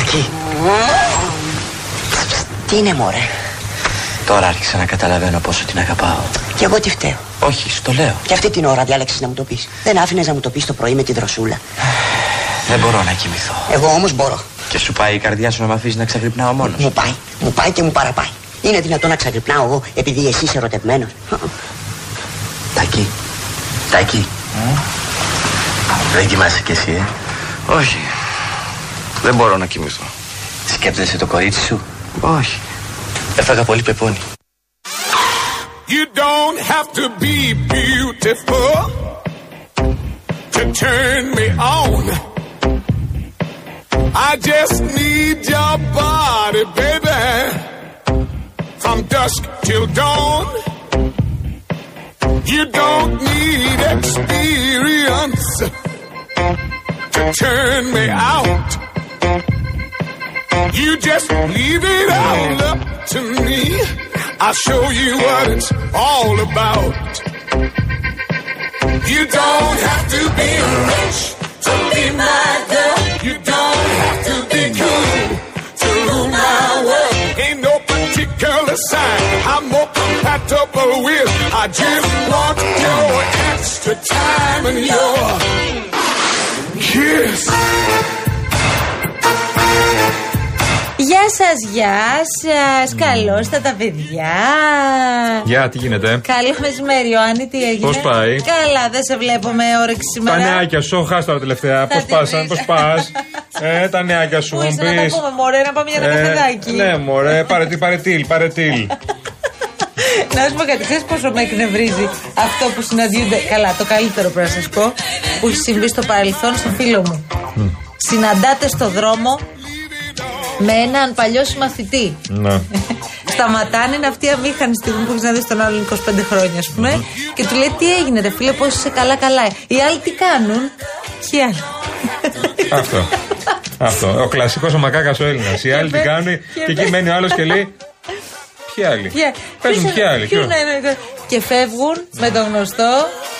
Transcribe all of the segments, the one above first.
εκεί. Τι είναι μωρέ. Τώρα άρχισα να καταλαβαίνω πόσο την αγαπάω. Και εγώ τι φταίω. Όχι, σου το λέω. Και αυτή την ώρα διάλεξες να μου το πεις. Δεν άφηνες να μου το πεις το πρωί με τη δροσούλα. Δεν μπορώ να κοιμηθώ. Εγώ όμως μπορώ. Και σου πάει η καρδιά σου να με αφήσεις να ξαγρυπνάω μόνος. Μου πάει. Μου πάει και μου παραπάει. Είναι δυνατόν να ξαγρυπνάω εγώ επειδή εσύ είσαι ερωτευμένος. Τακί. Τακί. Δεν κοιμάσαι κι εσύ, ε. Όχι. Δεν μπορώ να κοιμηθώ. Σκέπτεσαι το κορίτσι σου. Όχι. Έφαγα πολύ πεπόνι. You don't have to be beautiful to turn me on. I just need your body, baby. From dusk till dawn. You don't need experience to turn me out. You just leave it all up to me. I'll show you what it's all about. You don't have to be rich to be my girl. You don't have to be cool to rule my world. Ain't no particular sign I'm more compatible with. I just want your extra time and your kiss. Γεια σας, γεια σας. Καλώς τα τα παιδιά. Γεια, τι γίνεται. Καλό μεσημέρι, Ιωάννη, τι έγινε. Πώς πάει? Καλά, δεν σε βλέπω με όρεξη Τα σήμερα. νεάκια σου, χάστα τώρα Θα τελευταία. Πώς τη βρεις. πα, πώς πας. Ε, τα νεάκια σου, Πού μου είσαι να τα πει. πούμε, Μωρέ, να πάμε για ένα καφεδάκι. ναι, μωρέ, πάρε τι, πάρε τι, πάρε τι. Να σου πω κάτι, ξέρεις πόσο με εκνευρίζει αυτό που συναντιούνται. Καλά, το καλύτερο πρέπει να σας πω που έχει συμβεί στο παρελθόν στο φίλο μου. Συναντάτε στο δρόμο με έναν παλιό συμμαθητή. Ναι. Σταματάνε, είναι αυτή η αμήχανη στιγμή που έχεις να δεις τον άλλον 25 χρόνια, ας πούμε, και του λέει τι έγινε, ρε φίλε, πώς είσαι καλά, καλά. Οι άλλοι τι κάνουν. Και οι άλλοι. Αυτό. Αυτό. Ο κλασικός ο μακάκας ο Έλληνας. Οι άλλοι Και τι μπε- κάνουν και και εκεί μπε- μένει ο άλλος και λέει. Ποιοι άλλοι. Ποια- Πες μου ποιος- ποιοι άλλοι. ποιος ποιο. να είναι- Και φεύγουν με τον γνωστό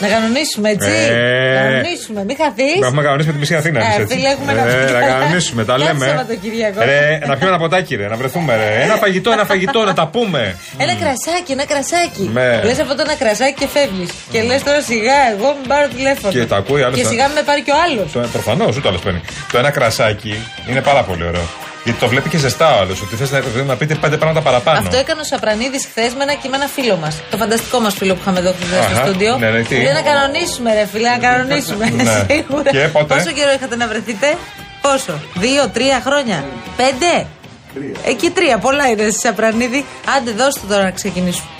να κανονίσουμε, έτσι. Ε. Να κανονίσουμε, μην χαθείς. Να έχουμε κανονίσει με τη Μισή Αθήνα. Ε, εμείς, έτσι. φίλε, έχουμε να ε, πούμε. να κανονίσουμε, τα Κάθε λέμε. Σαββατοκύριακο. Ρε, να πιούμε ένα ποτάκι, ρε, να βρεθούμε. Ρε. Ένα φαγητό, ένα φαγητό, να τα πούμε. Ένα κρασάκι, ένα κρασάκι. Ναι. Λες αυτό το ένα κρασάκι και φεύγεις. Και λες τώρα σιγά, εγώ μην πάρω τηλέφωνο. Και τα ακούει άλλος, Και ε. σιγά μην με πάρει και ο άλλος. Προφανώς, ούτε άλλος παίρνει. Το ένα κρασάκι είναι πάρα πολύ ωραίο. Γιατί το βλέπει και ζεστά ο άλλος. Ότι θες να, να πείτε πέντε πράγματα παραπάνω. Αυτό έκανε ο Σαπρανίδης χθες με ένα, και με ένα φίλο μας. Το φανταστικό μας φίλο που είχαμε εδώ χθες στο Αχα, στούντιο. ναι, ναι, τι? Λέει, να κανονίσουμε, ρε φίλε, να κανονίσουμε. Ναι. Σίγουρα. Και πότε? Πόσο καιρό είχατε να βρεθείτε, Πόσο, Δύο, τρία χρόνια, Πέντε. Εκεί τρία, πολλά είναι στη Σαπρανίδη. Άντε, δώσ' το τώρα να ξεκινήσουμε.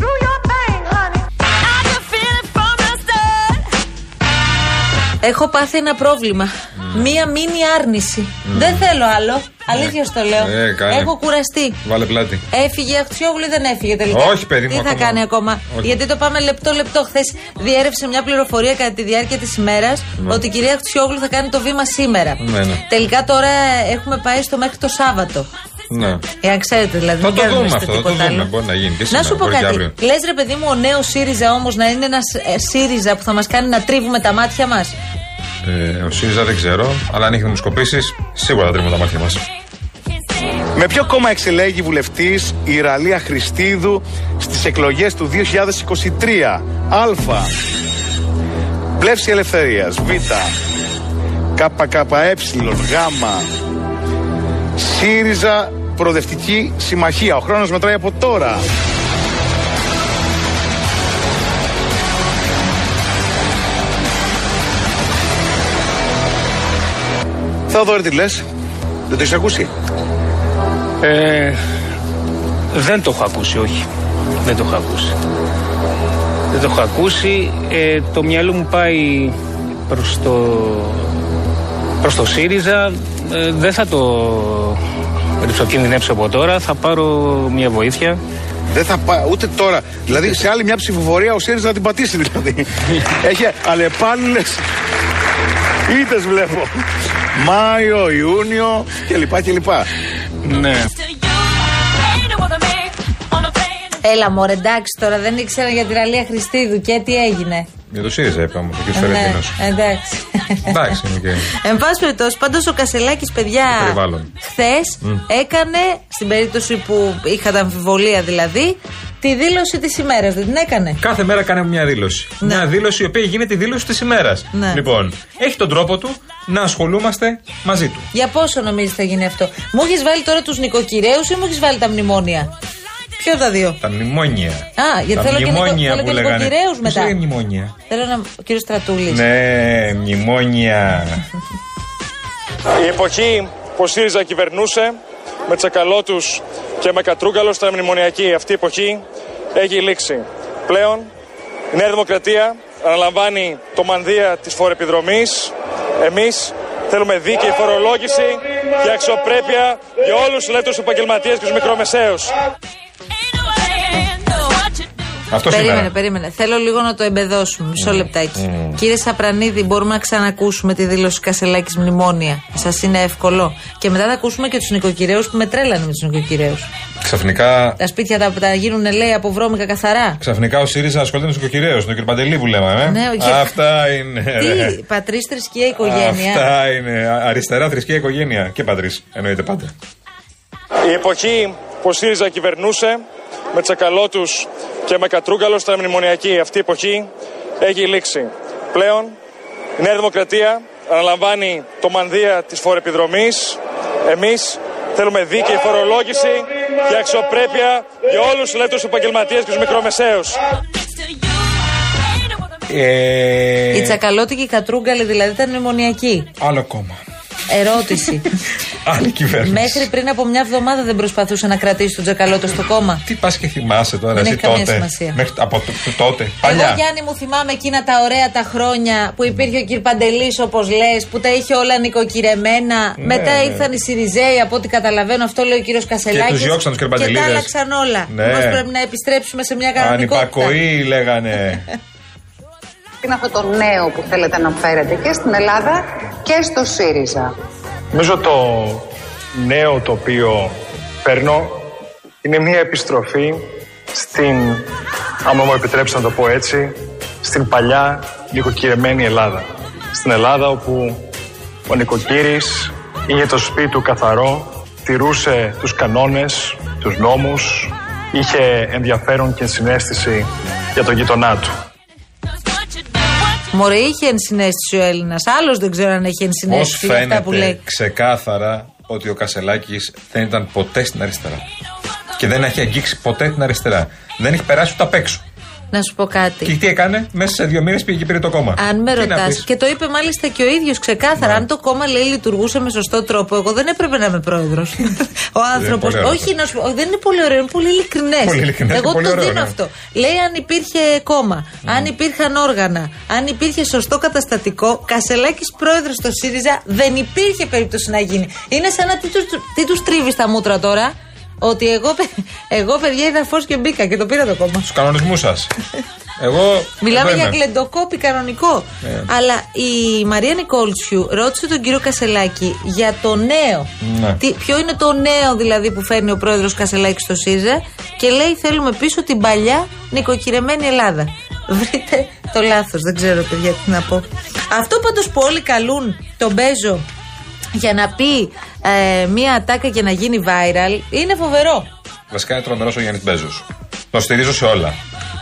Do your thing, honey. I can feel it from the start. Έχω πάθει ένα πρόβλημα. Mm. Μία μήνυ άρνηση. Δεν θέλω άλλο. Αλήθεια στο λέω. ε, κάνε. Έχω κουραστεί. Βάλε πλάτη. Έφυγε η Αχτσιόγλου ή δεν έφυγε τελικά. Όχι, παιδί μου, Τι θα ακόμα. κάνει ακόμα. Όχι. Γιατί το πάμε λεπτό-λεπτό. Χθες διέρευσε μια πληροφορία κατά τη διάρκεια της ημέρας ότι η κυρία Αχτσιόγλου θα κάνει το βήμα σήμερα. Ναι, ναι. Τελικά τώρα έχουμε πάει στο μέχρι το Σάββατο. Ναι. Εάν ξέρετε δηλαδή. Θα δεν το κάνουμε δούμε στο αυτό, θα το τίποτα δούμε. άλλο. Μπορεί να γίνει και Να σήμερα, σου πω μπορεί και κάτι. αύριο. Λες ρε παιδί μου, ο νέος ΣΥΡΙΖΑ όμως να είναι ένας ΣΥΡΙΖΑ που θα μας κάνει να τρίβουμε τα μάτια μας. Ε, ο ΣΥΡΙΖΑ δεν ξέρω, αλλά αν έχει δημοσκοπήσει, σίγουρα θα τρίβουμε τα μάτια μας. Με ποιο κόμμα εξελέγει βουλευτής η Ραλία Χριστίδου στις εκλογές του 2023. Α. Πλεύση Ελευθερίας. Β. ΚΚΕ. Γ. ΣΥΡΙΖΑ Προοδευτική Συμμαχία. Ο χρόνος μετράει από τώρα. Θεοδόρη τι λες, δεν το έχεις ακούσει. Ε, δεν το έχω ακούσει, όχι. Δεν το έχω ακούσει. Δεν το έχω ακούσει. Ε, το μυαλό μου πάει προς το, προς το ΣΥΡΙΖΑ. Ε, δεν θα το ρηψοκινδυνεύσω από τώρα. Θα πάρω μια βοήθεια. Δεν θα πάει ούτε τώρα. Δηλαδή σε άλλη μια ψηφοφορία ο ΣΥΡΙΖΑ θα την πατήσει δηλαδή. Έχει αλλεπάλληλες ήττες βλέπω. Μάιο, Ιούνιο κλπ. κλπ. Ναι. Έλα μωρέ, εντάξει τώρα δεν ήξερα για την Αλία Χριστίδου και τι έγινε. Για το ΣΥΡΙΖΑ είπα όμως, ο κ. Ναι, ε, Φερετίνο. εντάξει. Εντάξει, είναι και. Εν πάση περιπτώσει, πάντως ο Κασελάκης, παιδιά, Το περιβάλλον. χθες έκανε, στην περίπτωση που είχατε αμφιβολία δηλαδή, τη δήλωση της ημέρας. Δεν την έκανε. Κάθε μέρα κάναμε μια δήλωση. Μια δήλωση η οποία γίνεται η δήλωση της ημέρας. Ναι. Λοιπόν, έχει τον τρόπο του να ασχολούμαστε μαζί του. Για πόσο νομίζεις θα γίνει αυτό. Μου έχεις βάλει τώρα τους νοικοκυρέους ή μου έχεις βάλει τα μνημόνια. Ποιο από τα δύο. Τα μνημόνια. Α, γιατί τα θέλω και, νικο, μνημόνια θέλω που και λέγανε. νοικοκυρέους Ποιος μετά. λέει μνημόνια. Θέλω να. Ο κύριος Στρατούλης. Ναι, μνημόνια. Η εποχή που ο ΣΥΡΙΖΑ κυβερνούσε με τσακαλώτους και με κατρούγκαλο ήταν μνημονιακή. Αυτή η εποχή έχει λήξει. Πλέον η Νέα Δημοκρατία αναλαμβάνει το μανδύα της φορεπιδρομής. Εμείς θέλουμε δίκαιη φορολόγηση και αξιοπρέπεια για όλους τους ελεύθερους επαγγελματίες και τους μικρομεσαίους. Αυτό Περίμενε, σήμερα. Ναι. περίμενε. Θέλω λίγο να το εμπεδώσουμε. Μισό λεπτάκι. Κύριε Σαπρανίδη, μπορούμε να ξανακούσουμε τη δήλωση Κασελάκης Μνημόνια. Σας είναι εύκολο. Και μετά θα ακούσουμε και τους νοικοκυρέους που με τρέλανε με τους νοικοκυρέους. Ξαφνικά Τα σπίτια τα, τα γίνουν, λέει, από βρώμικα καθαρά. Ξαφνικά ο ΣΥΡΙΖΑ ασχολείται με τους οικοκυρέου, τον κ. Παντελή που λέμε. Ε? Ναι, ο κ. Αυτά είναι. ρε. Τι, πατρίς, θρησκεία, οικογένεια. Ε, Αυτά είναι. Α- Αριστερά, θρησκεία, οικογένεια. Και πατρίς, εννοείται πάντα. Η εποχή που ο ΣΥΡΙΖΑ κυβερνούσε με τσακαλώτους και με κατρούγκαλο ήταν μνημονιακή. Αυτή η εποχή έχει λήξει. Πλέον η Νέα Δημοκρατία αναλαμβάνει το μανδύα της φορεπιδρομή. Εμείς θέλουμε δίκαιη φορολόγηση και αξιοπρέπεια για όλους τους ελεύθερου επαγγελματίες και τους μικρομεσαίους. Η τσακαλώτη και η κατρούγκαλη δηλαδή ήταν μνημονιακή. Ε, Άλλο κόμμα. Ερώτηση. Άλλη κυβέρνηση. Μέχρι πριν από μια εβδομάδα δεν προσπαθούσε να κρατήσει τον τσακαλώτο στο κόμμα. Τι πας και θυμάσαι τώρα, Δεν εσύ έχει καμία τότε. σημασία. Μέχρι, από το, το τότε. Παλιά. Εγώ Γιάννη μου θυμάμαι εκείνα τα ωραία τα χρόνια που υπήρχε ο κυρ Παντελής όπως λες που τα είχε όλα νοικοκυρεμένα Ναι, μετά ναι. ήρθαν οι Σιριζέοι από ό,τι καταλαβαίνω αυτό λέει ο κύριος Κασελάκης τους διώξαν τους και τα κυρπαντελίδες. άλλαξαν όλα Ναι. Μήπως πρέπει να επιστρέψουμε σε μια κανονικότητα Ανυπακοή λέγανε. Είναι αυτό το νέο που θέλετε να φέρετε και στην Ελλάδα και στο ΣΥΡΙΖΑ. Νομίζω το νέο το οποίο παίρνω είναι μια επιστροφή στην, άμα μου επιτρέψετε να το πω έτσι, στην παλιά νοικοκυρεμένη Ελλάδα. Στην Ελλάδα όπου ο νοικοκύρης είχε το σπίτι του καθαρό, τηρούσε τους κανόνες, τους νόμους, είχε ενδιαφέρον και συνέστηση για τον γειτονά του. Μωρέ είχε ενσυναίσθηση ο Έλληνας άλλος δεν ξέρω αν έχει Πώ ενσυναίσθηση για Ναι, αυτά που φαίνεται λέει ξεκάθαρα ότι ο Κασελάκης δεν ήταν ποτέ στην αριστερά. Και δεν έχει αγγίξει ποτέ την αριστερά. Δεν έχει περάσει ούτε απ' έξω. να σου πω κάτι Και τι έκανε, μέσα σε δύο μήνες πήγε και πήρε το κόμμα. Αν με Τι να ρωτάς, πεις. Ναι. και το είπε μάλιστα και ο ίδιος ξεκάθαρα, αν το κόμμα λέει λειτουργούσε με σωστό τρόπο, εγώ δεν έπρεπε να είμαι πρόεδρος. ο άνθρωπος. πολύ ωραίο Όχι, να σου πω, δεν είναι πολύ ωραίο, είναι πολύ ειλικρινές. Πολύ ειλικρινές και Εγώ πολύ το ωραίο, δίνω ναι. αυτό. Λέει αν υπήρχε κόμμα, αν υπήρχαν όργανα, αν υπήρχε σωστό καταστατικό, Κασελάκης πρόεδρος στο ΣΥΡΙΖΑ δεν υπήρχε περίπτωση να γίνει. Είναι σαν να τι του- τι τους τρίβει στα μούτρα τώρα. Ότι εγώ, παι- εγώ παιδιά είδα φως και μπήκα και το πήρα το κόμμα. Στους κανονισμούς σας. Εγώ. Μιλάμε εδώ για είμαι. γλεντοκόπη κανονικό. Αλλά η Μαρία Νικόλτσιου ρώτησε τον κύριο Κασελάκη για το νέο. Ναι. Τι, ποιο είναι το νέο δηλαδή που φέρνει ο πρόεδρος Κασελάκης στο ΣΥΡΙΖΑ και λέει θέλουμε πίσω την παλιά νοικοκυρεμένη Ελλάδα. Βρείτε το λάθος, δεν ξέρω παιδιά τι να πω. Αυτό πάντως που όλοι καλούν τον Μπέζο για να πει ε, μία ατάκα και να γίνει viral είναι φοβερό. Βασικά είναι τρομερός ο Γιάννης Μπέζος. Τον στηρίζω σε όλα.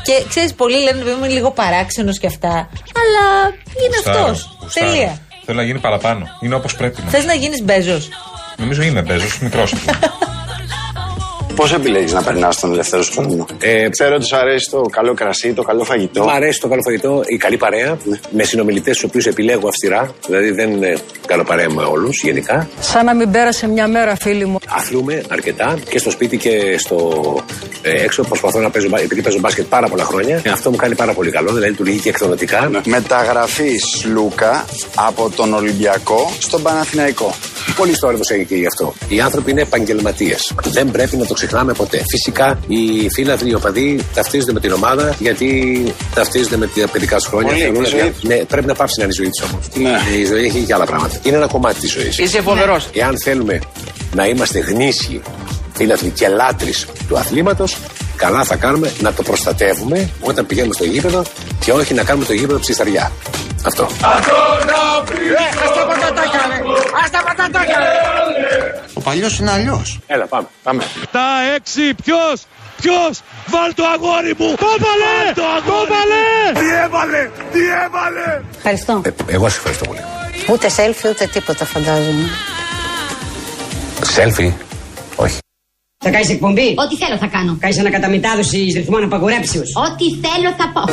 Και ξέρεις, πολλοί λένε ότι είμαι λίγο παράξενος και αυτά. Αλλά είναι Γουστάρω, αυτός. γουστάρω. Τελεία. Θέλω να γίνει παραπάνω. Είναι όπως πρέπει να. Θες να γίνεις Μπέζος. Νομίζω είμαι Μπέζος, μικρός. Πώς επιλέγεις να περνάς τον ελεύθερο χρόνο. Ε, ξέρω ότι σου αρέσει το καλό κρασί, το καλό φαγητό. Μ' αρέσει το καλό φαγητό, η καλή παρέα, με συνομιλητές του οποίους επιλέγω αυστηρά. Δηλαδή δεν ε, κάνω παρέα με όλους γενικά. Σαν να μην πέρασε μια μέρα, φίλοι μου. Αθλούμε αρκετά και στο σπίτι και στο ε, έξω. Προσπαθώ να παίζω, μπα- επειδή παίζω μπάσκετ πάρα πολλά χρόνια. Ε, αυτό μου κάνει πάρα πολύ καλό, δηλαδή λειτουργεί και εκδοτικά. Μεταγραφή Σλούκα από τον Ολυμπιακό στον Παναθηναϊκό. Πολύ ιστορία έχει και γι' αυτό. Οι άνθρωποι είναι επαγγελματίες. Δεν πρέπει να το ξεχνάμε ποτέ. Φυσικά οι φίλαθλοι, οι οπαδοί ταυτίζονται με την ομάδα γιατί ταυτίζονται με τα παιδικά σου χρόνια. Πολύ, Θεωρούν η ότι- ζωή τους. ναι, πρέπει να πάψει να είναι η ζωή του όμω. Η ζωή έχει και άλλα πράγματα. Είναι ένα κομμάτι της ζωής. Είσαι φοβερός. Εάν θέλουμε να είμαστε γνήσιοι φίλαθλοι και λάτρε του αθλήματος, καλά θα κάνουμε να το προστατεύουμε όταν πηγαίνουμε στο γήπεδο και όχι να κάνουμε το γήπεδο ψισταριά. Αυτό. Hasta patataca. Ο παλιός είναι αλλιώς. Έλα, πάμε. πάμε. Τα έξι, ποιος, ποιος, βάλ το αγόρι μου. Το έβαλε, το έβαλε. Τι έβαλε, τι έβαλε. Ευχαριστώ. Ε, Εγώ σε ευχαριστώ πολύ. Ούτε selfie ούτε τίποτα φαντάζομαι. Selfie. Θα κάνεις εκπομπή. Ό,τι θέλω θα κάνω. Κάνει ανακαταμετάδοση ρυθμών απαγορέψεω. Ό,τι θέλω θα πω.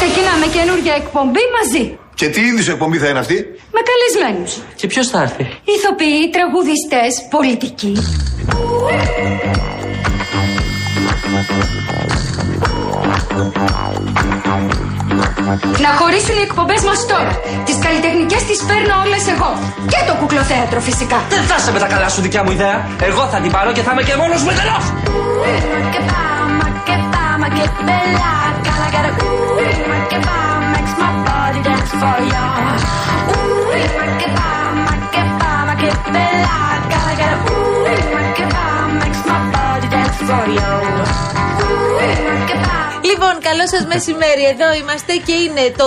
Ξεκινάμε καινούργια εκποmbή μαζί. Και τι είδους εκπομπή θα είναι αυτή. Με καλεσμένους. Και ποιος θα έρθει. Ηθοποιοί, τραγουδιστές, πολιτικοί. Να χωρίσουν οι εκπομπές μας τώρα. Τις καλλιτεχνικές τις παίρνω όλες εγώ. Και το κουκλοθέατρο φυσικά. Δεν θα είσαι με τα καλά σου δικιά μου ιδέα. Εγώ θα την πάρω και θα είμαι και μόνος μου εντελώς. Λοιπόν, καλό σας μεσημέρι. Εδώ είμαστε και είναι το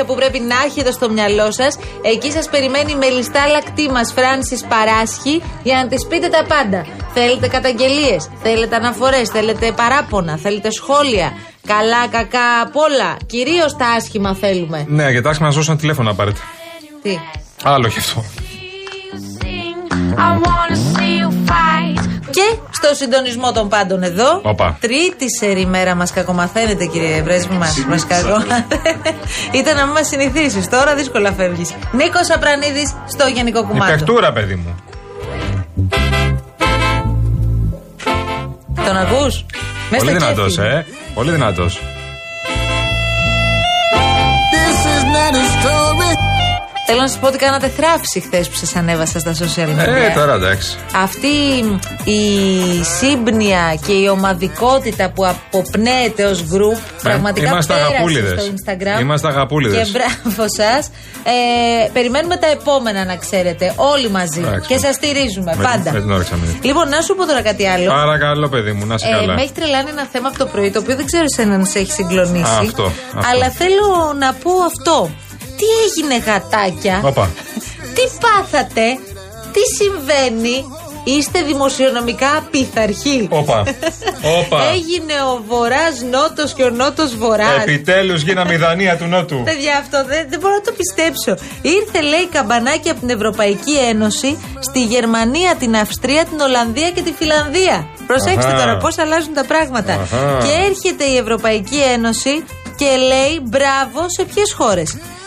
211-200-8200 που πρέπει να έχετε στο μυαλό σας. Εκεί σας περιμένει η μελιστά λακτή μα Φράνση Παράσχη για να της πείτε τα πάντα. Θέλετε καταγγελίες, θέλετε αναφορές, θέλετε παράπονα, θέλετε σχόλια. Καλά, κακά, απ' όλα. Κυρίως τα άσχημα θέλουμε. Ναι, γιατί άσχημα να ζώσω ένα τηλέφωνο να πάρετε. Τι. Άλλο γι' αυτό. Και στο συντονισμό των πάντων εδώ. Όπα. Τρίτη σερή μέρα μα κακομαθαίνετε, κύριε Βρέσβη μα. Μας κακομαθαίνετε. Ήταν να μην μας συνηθίσεις. Τώρα δύσκολα φεύγεις. Νίκος Απρανίδης στο γενικό Η κουμάντο. παιχτούρα, παιδί μου. Τον ακούς. Πολύ δυνατό, ε. Πολύ δυνατός. ε. Θέλω να σα πω ότι κάνατε θράψη χθες που σας ανέβασα στα social media. Ε, τώρα εντάξει. Αυτή η σύμπνοια και η ομαδικότητα που αποπνέεται ως group πραγματικά Ναι, είμαστε πέρασε αγαπούλιδες. στο Instagram. Είμαστε αγαπούλιδες. Και μπράβο σας. Ε, περιμένουμε τα επόμενα να ξέρετε όλοι μαζί Εντάξει. και σας στηρίζουμε Με- πάντα. Με την όρεξα μου. Λοιπόν, να σου πω τώρα κάτι άλλο. Παρακαλώ, παιδί μου, να είσαι Ε, καλά. με έχει τρελάνει ένα θέμα από το πρωί το οποίο δεν ξέρω σε αν σε έχει συγκλονίσει. Α, αυτό, αυτό. Αλλά θέλω να πω αυτό. Τι έγινε γατάκια. Όπα. Τι πάθατε, τι συμβαίνει, είστε δημοσιονομικά απειθαρχοί. Όπα. Όπα. Έγινε ο βορράς νότος και ο νότος βορράς. Επιτέλους γίναμε η Δανία του Νότου. Παιδιά, αυτό δεν, δεν μπορώ να το πιστέψω. Ήρθε, λέει, καμπανάκι από την Ευρωπαϊκή Ένωση στη Γερμανία, την Αυστρία, την Ολλανδία και τη Φιλανδία. Προσέξτε Αχα. τώρα πώς αλλάζουν τα πράγματα. Αχα. Και έρχεται η Ευρωπαϊκή Ένωση και λέει μπράβο σε ποιες χώρες.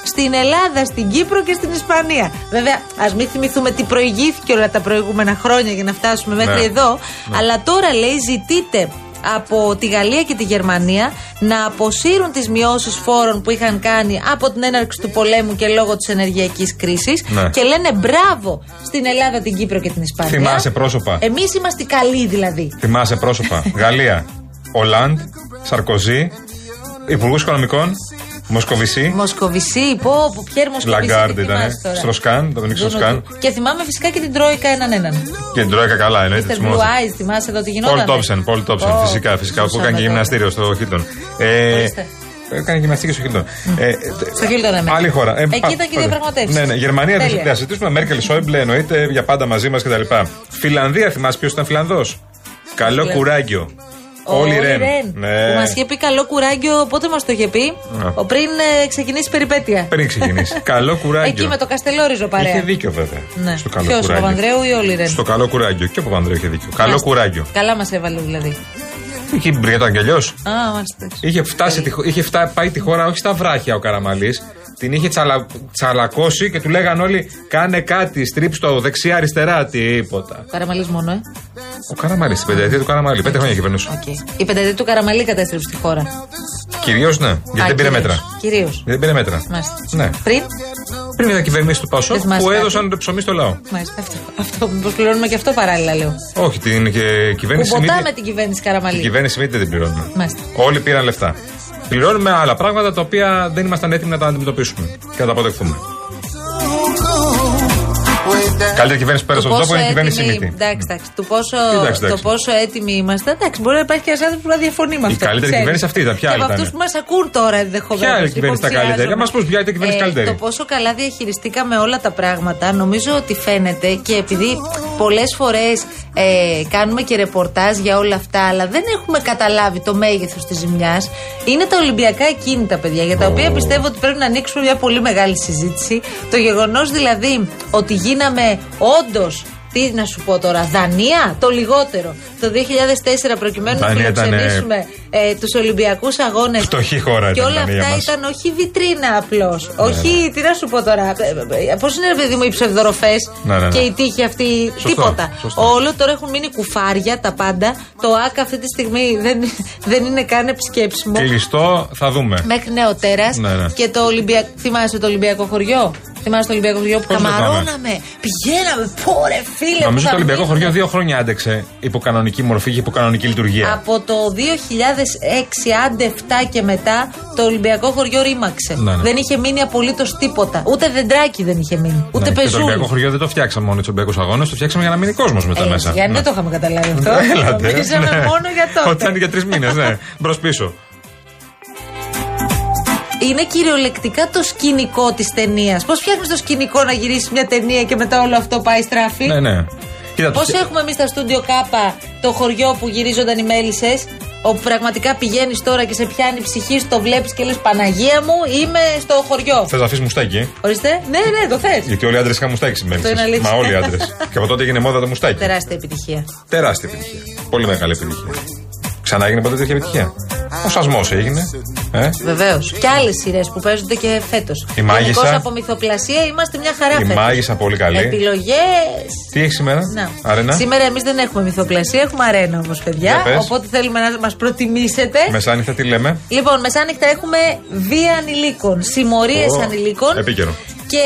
Στην Ελλάδα, στην Κύπρο και στην Ισπανία. Βέβαια, ας μην θυμηθούμε τι προηγήθηκε όλα τα προηγούμενα χρόνια για να φτάσουμε μέχρι Ναι. εδώ. Αλλά τώρα λέει ζητείτε από τη Γαλλία και τη Γερμανία να αποσύρουν τις μειώσεις φόρων που είχαν κάνει από την έναρξη του πολέμου και λόγω της ενεργειακής κρίσης Ναι. και λένε μπράβο στην Ελλάδα, την Κύπρο και την Ισπανία. Θυμάσαι πρόσωπα. Εμείς είμαστε οι καλοί δηλαδή. Θυμάσαι πρόσωπα. Γαλλία. Ολάντ. Σαρκοζή. Υπουργούς Οικονομικών. Μοσκοβισή. Μοσκοβισή, πω, που Πιέρ Μοσκοβισή. Λαγκάρντ τι ήταν. θυμάσαι τώρα. Στροσκάν. Ντομινίκ Στροσκάν. Και θυμάμαι φυσικά και την Τρόικα έναν έναν. Και την Τρόικα καλά, εννοείται. Mr. τη Blue θυμόμαστε. Eyes, θυμάσαι εδώ τι γινόταν. Πολ Τόψεν, Πολ Τόψεν, Ω, φυσικά, φυσικά, που ζούσαμε έκανε τότε. και γυμναστήριο στο Χίλτον. Ε, Ορίστε. έκανε γυμναστήριο στο Χίλτον. Ε, τε- Στο Χίλτον εμένα. άλλη χώρα. Ε, Εκεί πα- ήταν και οι πα- διαπραγματεύσεις. Ναι, ναι, Γερμανία Τέλεια. θα συζητήσουμε. Μέρκελ Σόιμπλε εννοείται για πάντα μαζί μας κτλ. Φιλανδία, θυμάσαι ποιος ήταν Φιλανδός. Καλό Φιλανδία. κουράγιο. Όλη Όλη Ρεν. Ρεν. Ναι. Που μας είχε πει καλό κουράγιο, πότε μας το είχε πει. Ναι. Ο Πριν ε, ξεκινήσει η περιπέτεια. Πριν ξεκινήσει. καλό κουράγιο. Εκεί με το Καστελόριζο παρέα. Είχε δίκιο βέβαια. Ναι. Στο καλό Ποιος, ο κουράγιο. Παπανδρέου ή όλη η Ρεν. Στο καλό κουράγιο. Και ο Παπανδρέου είχε δίκιο. Καλό Μάλιστα. κουράγιο. Καλά μας έβαλε δηλαδή. Εκεί μπήκε το Αγγελιός. Α, μάλιστα. Είχε, φτάσει, τη χο- είχε φτά, πάει τη χώρα όχι στα βράχια ο Καραμαλής. Την είχε τσαλα, τσαλακώσει και του λέγαν όλοι: Κάνε κάτι, στρίψ το δεξιά-αριστερά. Τίποτα. Ο Καραμαλής μόνο, ε. Ο Καραμαλή, στην πενταετία του Καραμαλή. Πέντε χρόνια κυβερνούσε. Η πενταετία του Καραμαλή κατέστρεψε τη χώρα. Κυρίως ναι, γιατί δεν πήρε μέτρα. Κυρίως. Γιατί δεν πήρε μέτρα. Μάλιστα. Ναι. Πριν. Πριν μετακυβερνήσει του Πασό Δεν θυμάσαι που κάτι. έδωσαν το ψωμί στο λαό. Μάλιστα. Αυτό. αυτό μήπως πληρώνουμε και αυτό παράλληλα, λέω. Όχι, την ε, Που κυβέρνηση Σιμίτη. ποτάμε την κυβέρνηση Την Καραμαλή. κυβέρνηση Σιμίτη δεν την πληρώνουμε. Ναι. Μάλιστα. Όλοι πήραν λεφτά. Πληρώνουμε άλλα πράγματα τα οποία δεν ήμασταν έτοιμοι να τα αντιμετωπίσουμε και να τα αποδεχθούμε. Καλύτερη κυβέρνηση που πέρασε Το από πόσο τον τόπο είναι η κυβέρνηση έτοιμοι- Σιμίτη. Εντάξει, εντάξει. Το πόσο, Εντάξει, εντάξει. το πόσο έτοιμοι είμαστε. Εντάξει, μπορεί να υπάρχει και ένας άνθρωπος που να διαφωνεί με Η αυτό. καλύτερη ξέρεις. κυβέρνηση αυτή ήταν. Ποια και άλλη από ήταν? αυτούς που μας ακούν τώρα λοιπόν, ενδεχομένως. Ποια άλλη κυβέρνηση ήταν καλύτερη? Άμα μας πεις ποια ήταν η κυβέρνηση καλύτερη. ε, Το πόσο καλά διαχειριστήκαμε όλα τα πράγματα, νομίζω ότι φαίνεται και επειδή πολλές φορές ε, κάνουμε και ρεπορτάζ για όλα αυτά, αλλά δεν έχουμε καταλάβει το μέγεθος της ζημιάς. Είναι τα Ολυμπιακά κίνητα, παιδιά, για τα οποία πιστεύω ότι πρέπει να ανοίξουμε μια πολύ μεγάλη συζήτηση. Το γεγονός δηλαδή ότι γίναμε όντως τι να σου πω τώρα, Δανία, το λιγότερο. Το 2004 προκειμένου να Δανία ήταν, ε, φιλοξενήσουμε ε, τους Ολυμπιακούς Αγώνες. Φτωχή χώρα Και ήταν η όλα Δανία αυτά μας. ήταν όχι βιτρίνα απλώς, Ναι, όχι, τι να σου πω τώρα, ε, ε, πώς είναι ρε παιδί μου οι ψευδοροφές Ναι, ναι, ναι. και οι τύχοι αυτοί, Σωστό, τίποτα. σωστό. Όλο τώρα έχουν μείνει κουφάρια τα πάντα, το ΑΚ αυτή τη στιγμή δεν, δεν είναι καν επισκέψιμο. Κλειστό, θα δούμε. Μέχρι νεοτέρα Ναι, ναι. και το Ολυμπιακό. Θυμάσαι το Ολυμπιακό χωριό. Θυμάσαι το Ολυμπιακό χωριό που Πώς δεν καμαρώναμε. Πηγαίναμε. Πόρε, φίλε. που Νομίζω θα το Ολυμπιακό μείνουμε. χωριό δύο χρόνια άντεξε υποκανονική μορφή και υποκανονική λειτουργία. Από το 2006, άντε 7 και μετά, το Ολυμπιακό χωριό ρήμαξε. Ναι, ναι. Δεν είχε μείνει απολύτως τίποτα. Ούτε δεντράκι δεν είχε μείνει. Ούτε Ναι, και Το πεζούλι. Ολυμπιακό χωριό δεν το φτιάξαμε μόνο τους Ολυμπιακούς Αγώνες, το φτιάξαμε για να μείνει κόσμος μετά Ε, μέσα. Γιάννη, Ναι. δεν το είχαμε καταλάβει αυτό. Έλατε. Νομίζαμε ναι. μόνο για τότε. Ότι ήταν για τρεις μήνες, ναι. Μπρος πίσω. Είναι κυριολεκτικά το σκηνικό της ταινίας. Πώς φτιάχνεις το σκηνικό να γυρίσεις μια ταινία και μετά όλο αυτό πάει στράφη. Ναι, ναι. Κοίτα, το Πώς έχουμε εμείς στα στούντιο Κάπα το χωριό που γυρίζονταν οι μέλισσες, όπου πραγματικά πηγαίνεις τώρα και σε πιάνει η ψυχή, σου, το βλέπεις και λες Παναγία μου, είμαι στο χωριό. Θες να αφήσεις μουστάκι. Ορίστε, ναι, ναι, το θες. Γιατί όλοι οι άντρες είχαν μουστάκι Αυτό είναι σημαίνει. αλήθεια. Μα όλοι οι άντρες. και από τότε έγινε μόδα το μουστάκι. Τεράστια επιτυχία. Τεράστια επιτυχία. Πολύ μεγάλη επιτυχία. Ξανά έγινε ποτέ τέτοια επιτυχία. Ο σασμό έγινε. Ε? Βεβαίως. Και άλλες σειρές που παίζονται και φέτος. Μάγισσα. από μυθοπλασία είμαστε μια χαρά Η φέτος. Μάγισσα πολύ καλή. Επιλογές. Τι έχεις σήμερα, Να. Αρένα. Σήμερα εμείς δεν έχουμε μυθοπλασία, έχουμε αρένα όμως, παιδιά. Για πες. Οπότε θέλουμε να μας προτιμήσετε. Μεσάνυχτα τι λέμε. Λοιπόν, μεσάνυχτα έχουμε βία ανηλίκων, συμμορίες Ω, ανηλίκων. Επίκαιρο. Και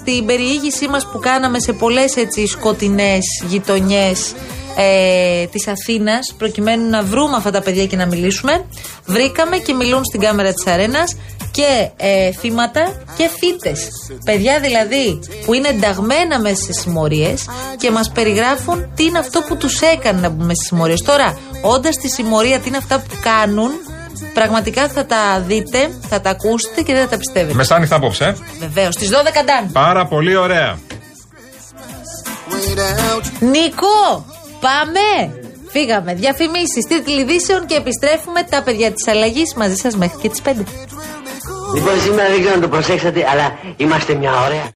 στην περιήγησή μας που κάναμε σε πολλές έτσι σκοτεινές γειτονιές ε, της Αθήνας προκειμένου να βρούμε αυτά τα παιδιά και να μιλήσουμε βρήκαμε και μιλούν στην κάμερα της αρένας και ε, θύματα και θύτες. Παιδιά δηλαδή που είναι ενταγμένα μέσα σε συμμορίες και μας περιγράφουν τι είναι αυτό που τους έκανε να μπουν μέσα στις συμμορίες. Τώρα, όντας στη συμμορία τι είναι αυτά που κάνουν, πραγματικά θα τα δείτε, θα τα ακούσετε και δεν θα τα πιστεύετε. Μεσάνυχτα απόψε. ε. Βεβαίως, στις 12 Ντάν. Πάρα πολύ ωραία. Νικό, πάμε! Φύγαμε. Διαφημίσεις, τίτλοι ειδήσεων και επιστρέφουμε τα παιδιά της αλλαγής μαζί σας μέχρι και τις 5. Λοιπόν, σήμερα δεν ξέρω αν το προσέξατε, αλλά είμαστε μια ωραία.